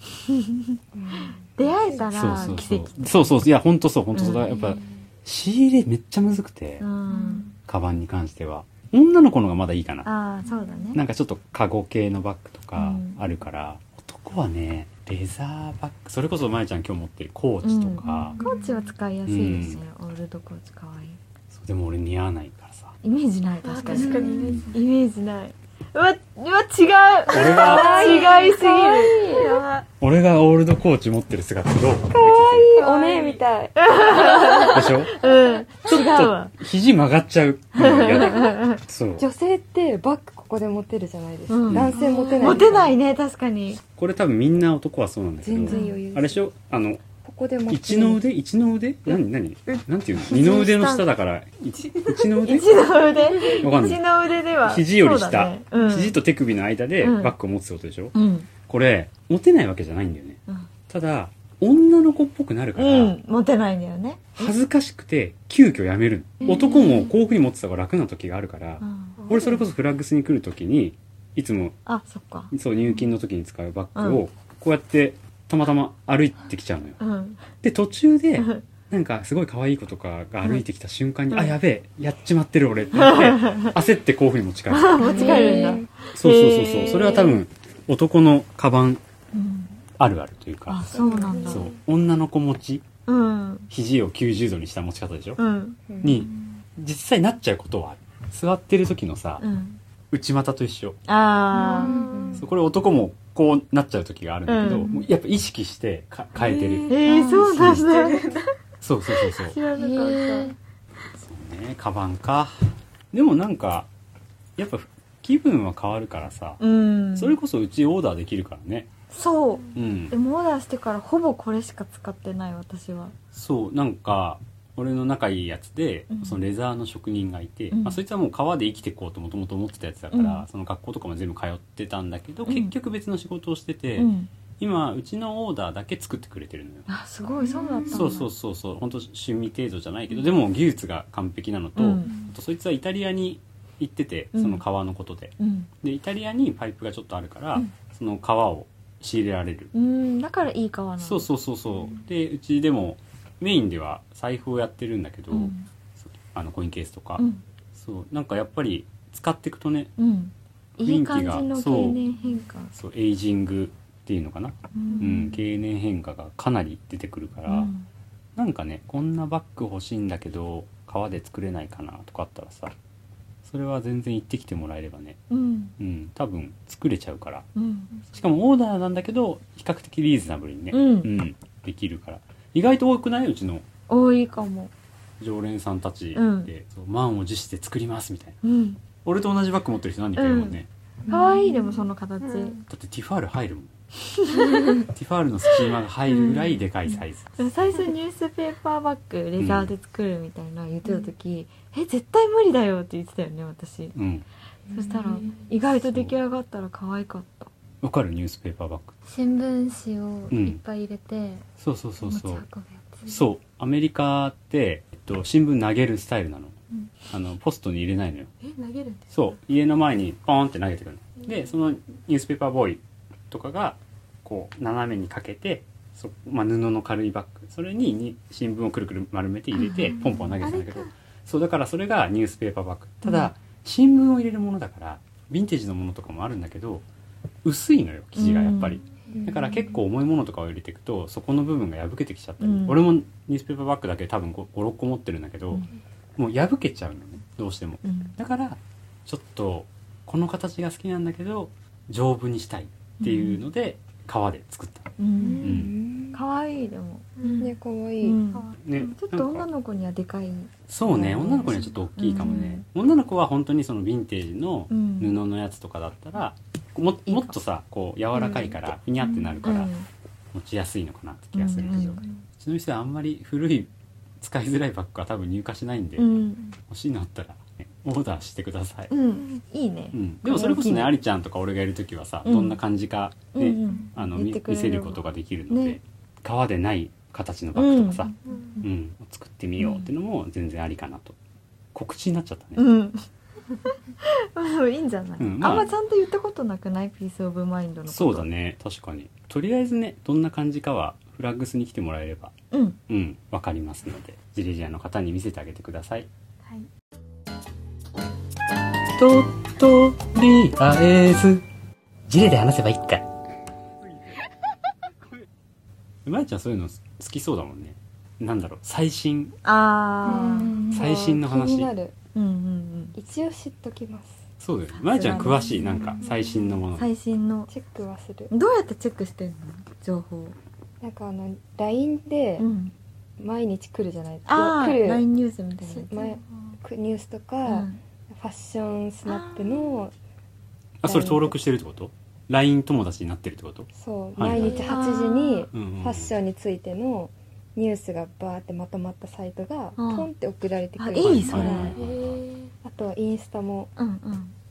Speaker 5: 出会えた
Speaker 3: そう
Speaker 5: ら
Speaker 3: そう
Speaker 5: 奇
Speaker 3: そ
Speaker 5: 跡
Speaker 3: うそうそういや本当そう本当そう
Speaker 5: うん
Speaker 3: だからやっぱ仕入れめっちゃむずくて、
Speaker 5: うん
Speaker 3: カバンに関しては女の子のがまだいいかな
Speaker 5: ああそうだね
Speaker 3: なんかちょっとカゴ系のバッグとか
Speaker 5: うん
Speaker 3: あるから、男はねレザーバッグそれこそまゆちゃん今日持ってるコーチとか、
Speaker 5: コーチは使いやすいですね、オールドコーチかわいい
Speaker 3: そうでも俺似合わないからさ
Speaker 5: イメージない確かに
Speaker 6: 確かにね
Speaker 5: イメージないうわうわ違
Speaker 3: 俺が
Speaker 5: う違いすぎる
Speaker 3: 俺がオールドコーチ持ってる姿どうか
Speaker 1: お姉みたい
Speaker 3: でしょ
Speaker 5: うん
Speaker 3: ちょっ
Speaker 5: 違うわ
Speaker 3: と肘曲がっちゃうのが嫌だそう
Speaker 1: 女性ってバッグここで持てるじゃないですか、
Speaker 5: うん
Speaker 1: 男性持てない
Speaker 5: モテないね確かに
Speaker 3: これ多分みんな男はそうなんだけど
Speaker 1: 全然余裕
Speaker 3: あれでしょあの
Speaker 1: ここで持
Speaker 3: 一の腕一の腕何何なんていうの二の腕の下だから一一の腕
Speaker 5: 一の腕
Speaker 3: わかんな
Speaker 5: 一
Speaker 3: い
Speaker 5: の腕では
Speaker 3: 肘より下、
Speaker 5: そうだねうん、
Speaker 3: 肘と手首の間で
Speaker 5: うん
Speaker 3: バッグを持つってことでしょ、
Speaker 5: うん
Speaker 3: これモテないわけじゃないんだよね、
Speaker 5: うん
Speaker 3: ただ女の子っぽくなるから、
Speaker 5: うんモテないんだよね
Speaker 3: 恥ずかしくて急遽やめるの、男もこういうふうに持ってた方が楽な時があるから、
Speaker 5: うん
Speaker 3: 俺それこそフラッグスに来る時にいつも
Speaker 5: あそっか
Speaker 3: そう入金の時に使うバッグ
Speaker 5: うん
Speaker 3: をこうやってたまたま歩いてきちゃうのよ
Speaker 5: うん
Speaker 3: で途中で
Speaker 5: うん
Speaker 3: なんかすごい可愛い子とかが歩いてきた瞬間に「
Speaker 5: うん
Speaker 3: あやべえやっちまってる俺」って言って焦ってこういうふうに持ち帰る
Speaker 5: あ間違えるんだ
Speaker 3: そうそうそうそ
Speaker 5: へー
Speaker 3: うそれは多分男のカバンあるあるという
Speaker 5: あ
Speaker 3: か
Speaker 5: そうなんだ
Speaker 3: そう女の子持ち
Speaker 5: うん
Speaker 3: 肘を90度にした持ち方でしょ
Speaker 5: うん
Speaker 3: に実際なっちゃうことはある座ってる時のさ
Speaker 5: うん
Speaker 3: 内股と一緒
Speaker 5: あ
Speaker 3: そうこれ男もこうなっちゃう時があるんだけど、
Speaker 5: うん
Speaker 3: もうやっぱ意識してか変えてる、
Speaker 5: ーえーそうなんだ
Speaker 3: そうそうそうそう
Speaker 6: 知らなかっ
Speaker 3: そうねカバンかでもなんかやっぱ気分は変わるからさ、
Speaker 5: うん
Speaker 3: それこそうちオーダーできるからね
Speaker 5: そう
Speaker 3: うん
Speaker 5: でもオーダーしてからほぼこれしか使ってない私は
Speaker 3: そうなんか俺の仲いいやつで、
Speaker 5: うん
Speaker 3: そのレザーの職人がいて、
Speaker 5: うん
Speaker 3: まあ、そいつはもう川で生きていこうともともと思ってたやつだから、
Speaker 5: うん
Speaker 3: その学校とかも全部通ってたんだけど、
Speaker 5: うん
Speaker 3: 結局別の仕事をしてて、
Speaker 5: うん
Speaker 3: 今うちのオーダーだけ作ってくれてるのよ
Speaker 5: あすごいそうだったんだ
Speaker 3: そうそうそうそう本当趣味程度じゃないけどでも技術が完璧なのと、
Speaker 5: うん
Speaker 3: あとそいつはイタリアに行ってて
Speaker 5: うん
Speaker 3: その川のことで、
Speaker 5: うん
Speaker 3: でイタリアにパイプがちょっとあるから、
Speaker 5: うん
Speaker 3: その川を仕入れられる、
Speaker 5: うんだからいい革なの
Speaker 3: そうそうそうそうでうちでもメインでは財布をやってるんだけど、
Speaker 5: うん
Speaker 3: あのコインケースとか、
Speaker 5: うん
Speaker 3: そうなんかやっぱり使っていくとね
Speaker 5: うんいい感じ
Speaker 3: 雰囲気
Speaker 5: の
Speaker 3: が
Speaker 5: 経
Speaker 3: そう
Speaker 5: 年変化
Speaker 3: そうエイジングっていうのかな、
Speaker 5: う
Speaker 3: うん経年変化がかなり出てくるから、
Speaker 5: うん
Speaker 3: なんかねこんなバッグ欲しいんだけど革で作れないかなとかあったらさそれは全然行ってきてもらえればね
Speaker 5: うん
Speaker 3: うん多分作れちゃうから
Speaker 5: うん
Speaker 3: しかもオーダーなんだけど比較的リーズナブルにね、
Speaker 5: うん
Speaker 3: できるから意外と多くないうちの
Speaker 5: 多いかも
Speaker 3: 常連さんたちで、
Speaker 5: うん
Speaker 3: そう満を持して作りますみたいな
Speaker 5: うん
Speaker 3: 俺と同じバッグ持ってる人何人かいるもんね、
Speaker 5: 可愛いでもその形
Speaker 6: たうん
Speaker 3: だってティファール入るもん ティファールの隙間が入るぐらいでかいサイズ、
Speaker 5: 最初ニュースペーパーバッグレザーで作るみたいな言ってた時「え絶対無理だよ」って言ってたよね私
Speaker 3: うん
Speaker 5: そしたら意外と出来上がったら可愛かった
Speaker 3: わかるニュースペーパーバッグ
Speaker 7: 新聞紙をいっぱい入れて、
Speaker 3: そうそうそうそう
Speaker 7: 持ち運ぶやつ
Speaker 3: そうアメリカって、えっと、新聞投げるスタイルなの,、
Speaker 7: うん
Speaker 3: あのポストに入れないのよ
Speaker 6: え投げるんです
Speaker 3: そう家の前にポーンって投げてくるのでそのニュースペーパーボーイとかがこう斜めにかけてそ、まあ、布の軽いバッグそれにに新聞をくるくる丸めて入れてポンポン投げてたんだけどそうだからそれがニュースペーパーバッグただ、新聞を入れるものだからヴィンテージのものとかもあるんだけど薄いのよ生地がやっぱり、だから結構重いものとかを入れていくとそこの部分が破けてきちゃったり、
Speaker 5: うん
Speaker 3: 俺もニュースペーパーバッグだけで多分56個持ってるんだけど、
Speaker 5: うん
Speaker 3: もう破けちゃうのねどうしても
Speaker 5: うん
Speaker 3: だからちょっとこの形が好きなんだけど丈夫にしたいっていうので、革で作った、
Speaker 5: う
Speaker 1: うんん
Speaker 5: 可愛いでも
Speaker 1: ね可愛
Speaker 5: う
Speaker 1: い
Speaker 5: ん
Speaker 3: ね
Speaker 5: ちょっと
Speaker 3: な
Speaker 5: 女
Speaker 3: んか
Speaker 5: の子にはでかい
Speaker 3: そうね女の子にはちょっと大きいかもね、女の子は本当にそのヴィンテージの
Speaker 5: う
Speaker 3: 布
Speaker 5: ん
Speaker 3: のやつとかだったらも
Speaker 5: いいか
Speaker 3: もっとさこう柔らかいからふにゃってなるから持ちやすいのかなって気がするけ
Speaker 5: う
Speaker 3: ど、うん
Speaker 5: うん
Speaker 3: ちの店はあんまり古い使いづらいバッグは多分入荷しないんで、
Speaker 5: うん
Speaker 3: 欲しいのあったらね、オーダーしてください、
Speaker 5: うんいいね
Speaker 3: うんでもそれこそねありちゃんとか俺がいる時はさ、
Speaker 5: うん
Speaker 3: どんな感じか、ね
Speaker 5: うんうん
Speaker 3: あの
Speaker 5: 言っ
Speaker 3: 見
Speaker 5: てく
Speaker 3: 見
Speaker 5: れれば
Speaker 3: せることができるので、
Speaker 5: ね
Speaker 3: 革でない形のバッグとかさ、
Speaker 6: う
Speaker 3: うん
Speaker 6: ん
Speaker 3: 作ってみようっていうのも全然ありかなと告知になっちゃったね、
Speaker 5: うんもういいんじゃない、
Speaker 3: うんまあ
Speaker 5: あんまちゃんと言ったことなくないピース・オブ・マインドのこと
Speaker 3: そうだね確かにとりあえずねどんな感じかはフラッグスに来てもらえれば
Speaker 5: うん
Speaker 3: うんわかりますのでジレジアの方に見せてあげてください
Speaker 7: はい
Speaker 3: ととりあえずジレで話せばいい かまやちゃんそういうの好きそうだもんねなんだろう最新
Speaker 5: ああ
Speaker 3: 最新の
Speaker 1: 気
Speaker 3: 話
Speaker 1: になる
Speaker 5: うんうん
Speaker 1: 一応知っときます
Speaker 3: そうだよねまやちゃん詳しいなんか最新のも
Speaker 5: うん
Speaker 3: の
Speaker 5: 最新の
Speaker 1: チェックはする
Speaker 5: どうやってチェックしてんの情報
Speaker 1: なんかあの LINE で
Speaker 5: うん
Speaker 1: 毎日来るじゃないです
Speaker 5: あ
Speaker 1: か
Speaker 5: あ
Speaker 1: 来る
Speaker 5: LINE ニュースみたいなやつ
Speaker 1: 前くニュースとか、
Speaker 5: うん
Speaker 1: ファッションスナップの
Speaker 3: あそれ登録してるってこと LINE 友達になってるってこと
Speaker 1: そう、
Speaker 3: はい
Speaker 1: 毎日8時に
Speaker 3: フ
Speaker 1: ファッションについてのニュースがバーってまとまったサイトが
Speaker 5: うん
Speaker 1: ポンって送られてくる、
Speaker 5: あいい
Speaker 1: あ
Speaker 5: それ
Speaker 1: とはインスタも
Speaker 5: うん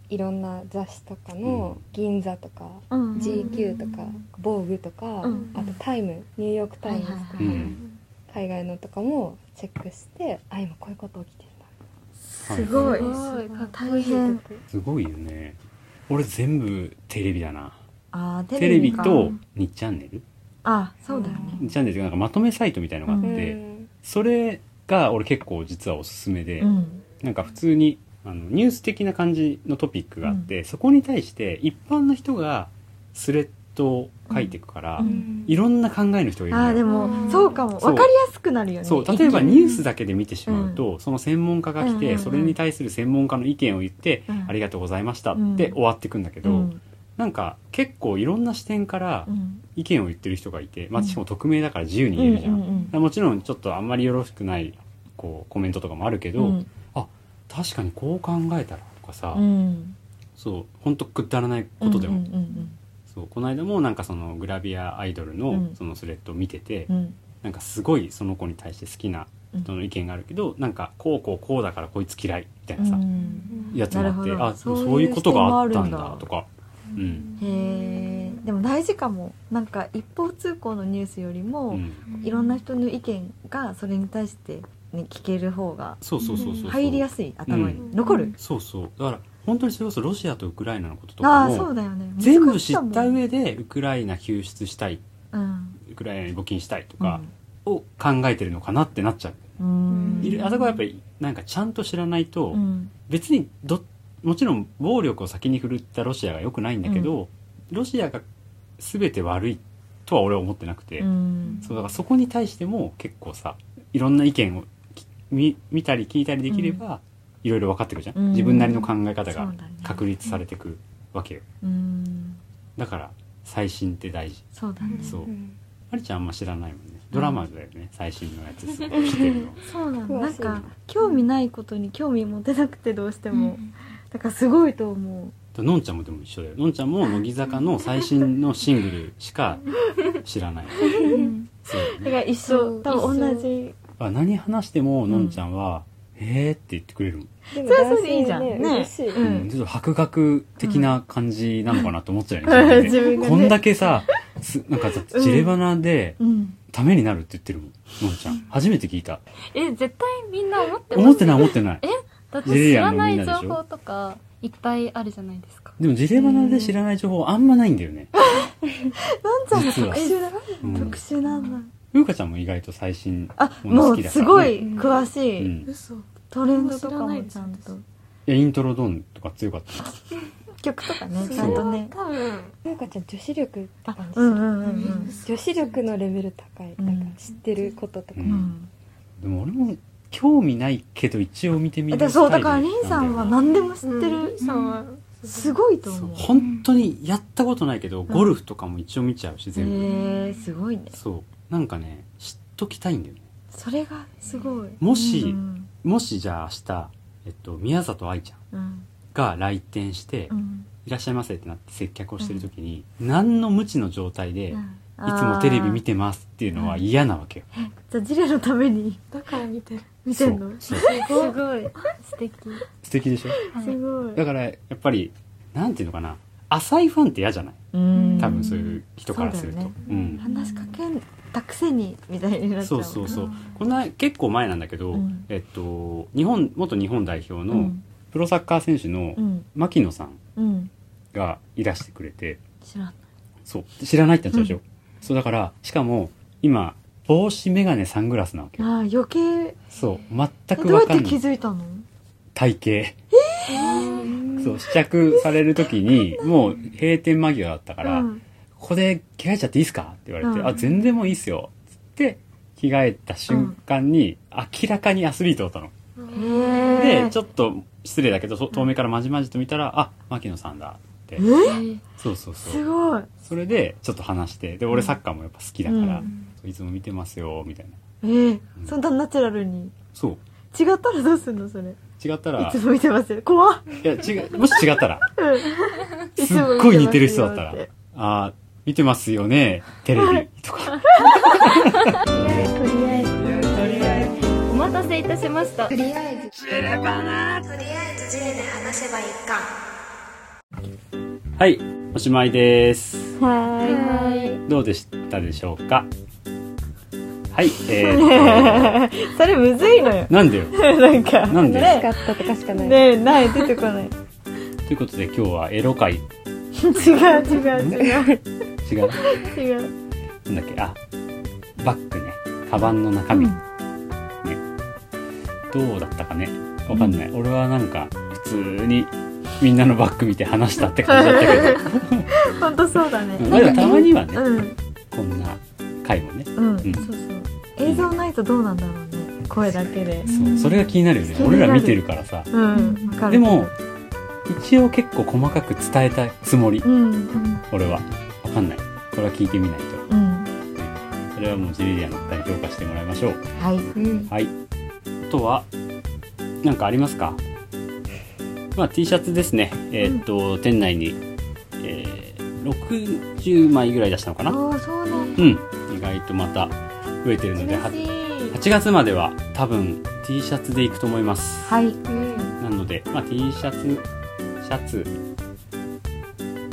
Speaker 1: いろんな雑誌とかの
Speaker 3: うん
Speaker 1: 銀座とか、
Speaker 5: うんうん
Speaker 1: GQ とか防具とか、
Speaker 5: うん
Speaker 1: あとタイムニューヨークタイムズとか、
Speaker 5: はいはいはい
Speaker 3: うん
Speaker 1: 海外のとかもチェックしてあ今こういうこと起きてるんだ
Speaker 3: は
Speaker 2: ご
Speaker 3: い
Speaker 2: い
Speaker 6: すごいかっこい
Speaker 5: 大
Speaker 6: い
Speaker 5: 変
Speaker 3: すごいよね俺全部テレビだな
Speaker 5: あー
Speaker 3: テレビ
Speaker 5: か
Speaker 3: と2チャンネル
Speaker 5: あそうだよね、
Speaker 3: 2チャンネルっていうかなんかまとめサイトみたいのがあっ
Speaker 6: う
Speaker 3: て、
Speaker 6: ん
Speaker 3: それが俺結構実はおすすめで、
Speaker 5: うん
Speaker 3: なんか普通にあのニュース的な感じのトピックがあって、そこに対して一般の人がスレッドを書いていくから、
Speaker 5: うん
Speaker 3: いろんな考えの人がいる
Speaker 5: あ
Speaker 3: の
Speaker 5: ー
Speaker 3: よ
Speaker 5: で
Speaker 6: うん
Speaker 5: もそうかも
Speaker 3: そう
Speaker 5: 分かりやすくなるよね
Speaker 3: そう例えば
Speaker 5: 一気に
Speaker 3: ニュースだけで見てしまうと、その専門家が来て、
Speaker 5: うんうんうん
Speaker 3: それに対する専門家の意見を言って、
Speaker 5: うん
Speaker 3: ありがとうございましたって終わってくんだけど、
Speaker 5: うん
Speaker 3: なんか結構いろんな視点から
Speaker 5: うん
Speaker 3: 意見を言ってる人がいて、まあ、
Speaker 5: うん
Speaker 3: しかも匿名だから自由に
Speaker 5: う
Speaker 3: 言え
Speaker 5: ん
Speaker 3: るじゃん、
Speaker 5: うんうん
Speaker 3: もちろんちょっとあんまりよろしくないこうコメントとかもあるけど、
Speaker 5: うん
Speaker 3: 確かにこう考えたらとかさ、
Speaker 5: うん
Speaker 3: そう本当くだらないことでも、
Speaker 5: うんうん
Speaker 3: そうこの間もなんかそのグラビアアイドル
Speaker 5: う
Speaker 3: の
Speaker 5: ん
Speaker 3: そのスレッドを見てて、
Speaker 5: うんうん
Speaker 3: なんかすごいその子に対して好きな人の意見があるけど、なんかこうこうこうだからこいつ嫌いみたいなさ、
Speaker 5: うん
Speaker 3: やつもあっ
Speaker 5: な
Speaker 3: て
Speaker 5: るほど
Speaker 3: あそう
Speaker 5: そう
Speaker 3: い
Speaker 5: いうう
Speaker 3: ことがあったん
Speaker 5: 視点もある
Speaker 3: だ
Speaker 5: んだ
Speaker 3: とか、うん
Speaker 5: へえでも大事かもなんか一方通行のニュースより
Speaker 3: う
Speaker 5: も、
Speaker 3: ん
Speaker 5: いろんな人の意見がそれに対して、ね、聞ける方が
Speaker 3: そうそうそうそうそう
Speaker 5: 入りやすい頭に、
Speaker 3: う
Speaker 5: 残る、
Speaker 3: そうそうだから本当にそれこそロシアとウクライナのことと
Speaker 5: あ
Speaker 3: か
Speaker 5: あそ
Speaker 3: も
Speaker 5: うだよね
Speaker 3: 全部知った
Speaker 5: 難し
Speaker 3: 上でウクライナ救出したい
Speaker 5: いもんうん
Speaker 3: ウクライナに募金したいとかを考えてるのかなってなっちゃう、
Speaker 5: うん
Speaker 3: いるあそこはやっぱりなんかちゃんと知らないと、
Speaker 5: うん
Speaker 3: 別にどもちろん暴力を先に振るったロシアが良くないんだけど、ロシアが全て悪いとは俺は思ってなくて、
Speaker 5: うん
Speaker 3: そうだからそこに対しても結構さいろんな意見をき見見たり聞いたりできれば、いろいろ分かってくるじゃん、
Speaker 5: うん
Speaker 3: 自分なりの考え
Speaker 5: そ
Speaker 3: 方
Speaker 5: う
Speaker 3: が
Speaker 5: だね
Speaker 3: 確立されてくわけよ
Speaker 5: うん
Speaker 3: だから最新って大事
Speaker 5: そうだね
Speaker 3: そう
Speaker 6: うん
Speaker 3: まりちゃんあんま知らないもんねドラマだよね、最新のやつすごい来てるの
Speaker 5: そうなの
Speaker 6: 詳
Speaker 5: な
Speaker 6: し
Speaker 5: ん
Speaker 6: い
Speaker 5: か興味ないことに興味持てなくてどうしても、だからすごいと思う
Speaker 3: とのんちゃんもでも一緒だよのんちゃんも乃木坂の最新のシングルしか知らない そうだ
Speaker 5: だか
Speaker 3: ね
Speaker 5: ら一緒多分同じ
Speaker 3: あ何話してものんちゃんは「えー」って言ってくれるもん、
Speaker 6: でも
Speaker 5: それはそれでいいじゃん
Speaker 6: 男性
Speaker 5: ね
Speaker 6: 嬉しい
Speaker 5: うん
Speaker 3: うんちょっと博学的な感じなのかなと思っちゃうよね
Speaker 5: 自分が ね
Speaker 3: こんだけさすなんかさジレバナで
Speaker 5: うん
Speaker 3: ためになるって言ってるもんのんちゃん初めて聞いた
Speaker 7: え絶対みんな思ってます
Speaker 3: 思ってない思ってない
Speaker 7: だっ
Speaker 3: ジェ
Speaker 7: て
Speaker 3: リ
Speaker 7: 知
Speaker 3: ア
Speaker 7: ら
Speaker 3: ンの
Speaker 7: な
Speaker 3: みんな
Speaker 7: い
Speaker 3: で
Speaker 7: 情
Speaker 3: しょ
Speaker 7: 報とかいっぱいあるじゃないですか
Speaker 3: でもジレバナで知らない情報あんまないんだよね
Speaker 5: なんちゃんが
Speaker 3: 実は
Speaker 5: 特殊だ、
Speaker 3: うん
Speaker 5: 特殊なんだ
Speaker 3: 風花ちゃんも意外と最新
Speaker 5: あ
Speaker 3: もう
Speaker 5: も
Speaker 3: 好き
Speaker 5: う
Speaker 3: だからね
Speaker 5: すごい詳し
Speaker 3: う
Speaker 5: い、
Speaker 3: んい
Speaker 6: 嘘
Speaker 5: トレンドとかもちゃんと
Speaker 3: やイントロドンとか強かったな
Speaker 5: 曲とかね
Speaker 3: う
Speaker 5: ちゃんとね
Speaker 6: 多分
Speaker 1: ゆうかちゃん女子力って
Speaker 5: あ
Speaker 1: 感じす
Speaker 5: う
Speaker 1: る、
Speaker 5: んうんうん
Speaker 1: 女子力のレベル高い、
Speaker 5: うん
Speaker 1: なんか知ってることとか、
Speaker 3: う
Speaker 5: うんん、
Speaker 3: でも俺も興味ないけど一応見てみ
Speaker 5: う
Speaker 3: る
Speaker 5: ん、でそうだから
Speaker 3: スタイ
Speaker 5: リ
Speaker 3: ル
Speaker 5: ンさんは
Speaker 3: なんだよ
Speaker 5: 何でも知っ
Speaker 6: 知って
Speaker 5: て
Speaker 6: る
Speaker 5: る、
Speaker 6: さんは
Speaker 5: す
Speaker 6: ご
Speaker 5: ごいと
Speaker 3: なそう
Speaker 5: 思う
Speaker 3: 本当にやったことないけどゴルフとかも一応見ちゃうし
Speaker 5: へえ
Speaker 3: 全部、
Speaker 5: ー、すごいね
Speaker 3: そうなんかね知っときたいんだよね
Speaker 5: それがすごい
Speaker 3: もし
Speaker 5: うん
Speaker 3: もしじゃあ明日、えっと、宮里愛ちゃん
Speaker 5: うん
Speaker 3: が来店して、
Speaker 5: うん
Speaker 3: いらっしゃいませってなって接客をしてる時に、何の無知の状態で、
Speaker 5: うん
Speaker 3: いつもテレビ見
Speaker 5: あ
Speaker 3: てますっていうのは嫌なわけよ、
Speaker 5: ーじゃあジレのために
Speaker 6: だから見てる
Speaker 5: 見てんの
Speaker 3: そうそう
Speaker 5: すごい
Speaker 7: 素敵
Speaker 3: 素敵 でしょ
Speaker 5: すごい
Speaker 3: だからやっぱりなんていうのかな浅いファンって嫌じゃない
Speaker 5: うん
Speaker 3: 多分そういう人からすると、
Speaker 5: そうだよね
Speaker 3: うん
Speaker 5: 話しかけたくせにみたいになっちゃ
Speaker 3: そううそうそうこんな結構前なんだけど、
Speaker 5: うん
Speaker 3: えっと日本元日本代表
Speaker 5: う
Speaker 3: の
Speaker 5: ん
Speaker 3: プロサッカー選手の
Speaker 5: うん
Speaker 3: 牧野さん
Speaker 5: うん
Speaker 3: がいらしてくれて、
Speaker 5: 知らん
Speaker 3: そう知らないってなっちゃうでしょ、
Speaker 5: う
Speaker 3: そうだからしかも今帽子眼鏡サングラスなわけよ
Speaker 5: ああ余計
Speaker 3: そう
Speaker 5: え
Speaker 3: 全く
Speaker 5: どうや
Speaker 3: 分
Speaker 5: っ
Speaker 3: かん
Speaker 5: て
Speaker 3: な
Speaker 5: 気
Speaker 3: い
Speaker 5: づいたの
Speaker 3: 体型そう試着される時にもう閉店間際だったから、
Speaker 5: うん
Speaker 3: ここで着替えちゃっていいですか?」って言われて
Speaker 5: う
Speaker 3: 「
Speaker 5: ん
Speaker 3: あ全然もういいっすよ」っつって着替えた瞬間に、明らかにアスリートだったの。
Speaker 5: へ
Speaker 3: でちょっと失礼だけどそ遠目からまじまじと見たら「あ牧野さんだ」ってそうそうそ
Speaker 5: す
Speaker 3: う
Speaker 5: ごい
Speaker 3: それでちょっと話してで俺サッカーもやっぱ好きだから、
Speaker 5: う
Speaker 3: いつも見てますよみたいな
Speaker 5: ええ
Speaker 3: うん
Speaker 5: そんなナチュラルに
Speaker 3: そう
Speaker 5: 違ったらどうすんのそれい
Speaker 3: 違ったら
Speaker 5: つも見てますよ怖っ
Speaker 3: いや違うもし違ったら
Speaker 5: いつ
Speaker 3: すっ
Speaker 5: も見てますよ
Speaker 3: ごい似てる人だったら
Speaker 5: っ
Speaker 3: 「
Speaker 5: て
Speaker 3: あー見てますよねテレビ」とか
Speaker 7: お待たせいたしました
Speaker 3: はいおしまいです
Speaker 5: は
Speaker 3: どうでしたでしょうかはい、え ーっ
Speaker 5: それむずいのよ
Speaker 3: と、なんでよ。
Speaker 5: なんか
Speaker 3: なんで
Speaker 5: ね
Speaker 1: かったとかしかない、
Speaker 5: ねえない出てこない
Speaker 3: ということで今日はエロ会、
Speaker 5: 違う違う違う
Speaker 3: 違う、
Speaker 5: 違う
Speaker 3: なんだっけ、あ、バッグね。カバンの中身。
Speaker 5: うん
Speaker 3: ね。どうだったかね。わかんない。俺はなんか、普通に、みんなのバッグ見て話したって感じだったけど。
Speaker 5: 本当そうだね
Speaker 3: うんまだたまにはね、
Speaker 5: うん
Speaker 3: こんな回もね。
Speaker 5: うん、
Speaker 3: ん
Speaker 5: そうそう映像ないとどうなんだろうね声だけで
Speaker 3: そう、それが気になるよね。
Speaker 5: 気にな
Speaker 3: 俺
Speaker 5: る
Speaker 3: ら見てるからさ。
Speaker 5: うんわかる
Speaker 3: でも、一応結構細かく伝えたつもり
Speaker 5: う。ん
Speaker 3: 俺は。わかんない。これは聞いてみないと。
Speaker 5: うん
Speaker 3: それはもうジリリアの方に評価してもらいましょう。
Speaker 5: はい
Speaker 3: はい。あとは、なんかありますかまあ T シャツですね。えーっと、店内に、えー60枚ぐらい出したのかな
Speaker 5: ああそうなん
Speaker 3: うん。意外とまた増えてるので、は
Speaker 5: 嬉しい
Speaker 3: 8月までは多分 T シャツでいくと思います。
Speaker 5: はい
Speaker 3: なので、まあ、T シャツ、シャツ、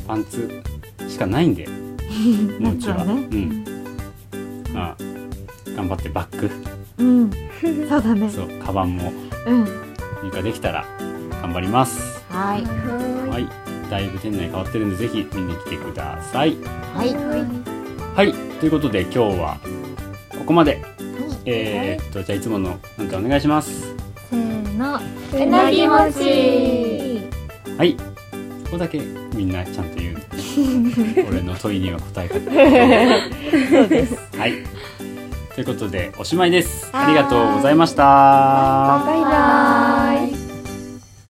Speaker 3: パンツしかない んで、もううちは。
Speaker 5: 夏はね
Speaker 3: うん。まあ、頑張ってバッグ、
Speaker 5: うんそうだね
Speaker 3: そう、カバンも
Speaker 5: うん
Speaker 3: 入荷できたら頑張ります。
Speaker 5: はい
Speaker 3: はい。だいぶ店内変わってるんで、ぜひ見に来てください。
Speaker 5: はい
Speaker 3: はい。ということで、今日はここまで。えー、っと、じゃあいつものなんかお願いします。
Speaker 5: せーの
Speaker 6: う
Speaker 5: なぎも
Speaker 6: ち
Speaker 3: はい。ここだけみんなちゃんと 言う。俺の問いには答え方。
Speaker 5: そうです
Speaker 3: はい。ということで、おしまいです。ありがとうございました。
Speaker 5: バイバーイ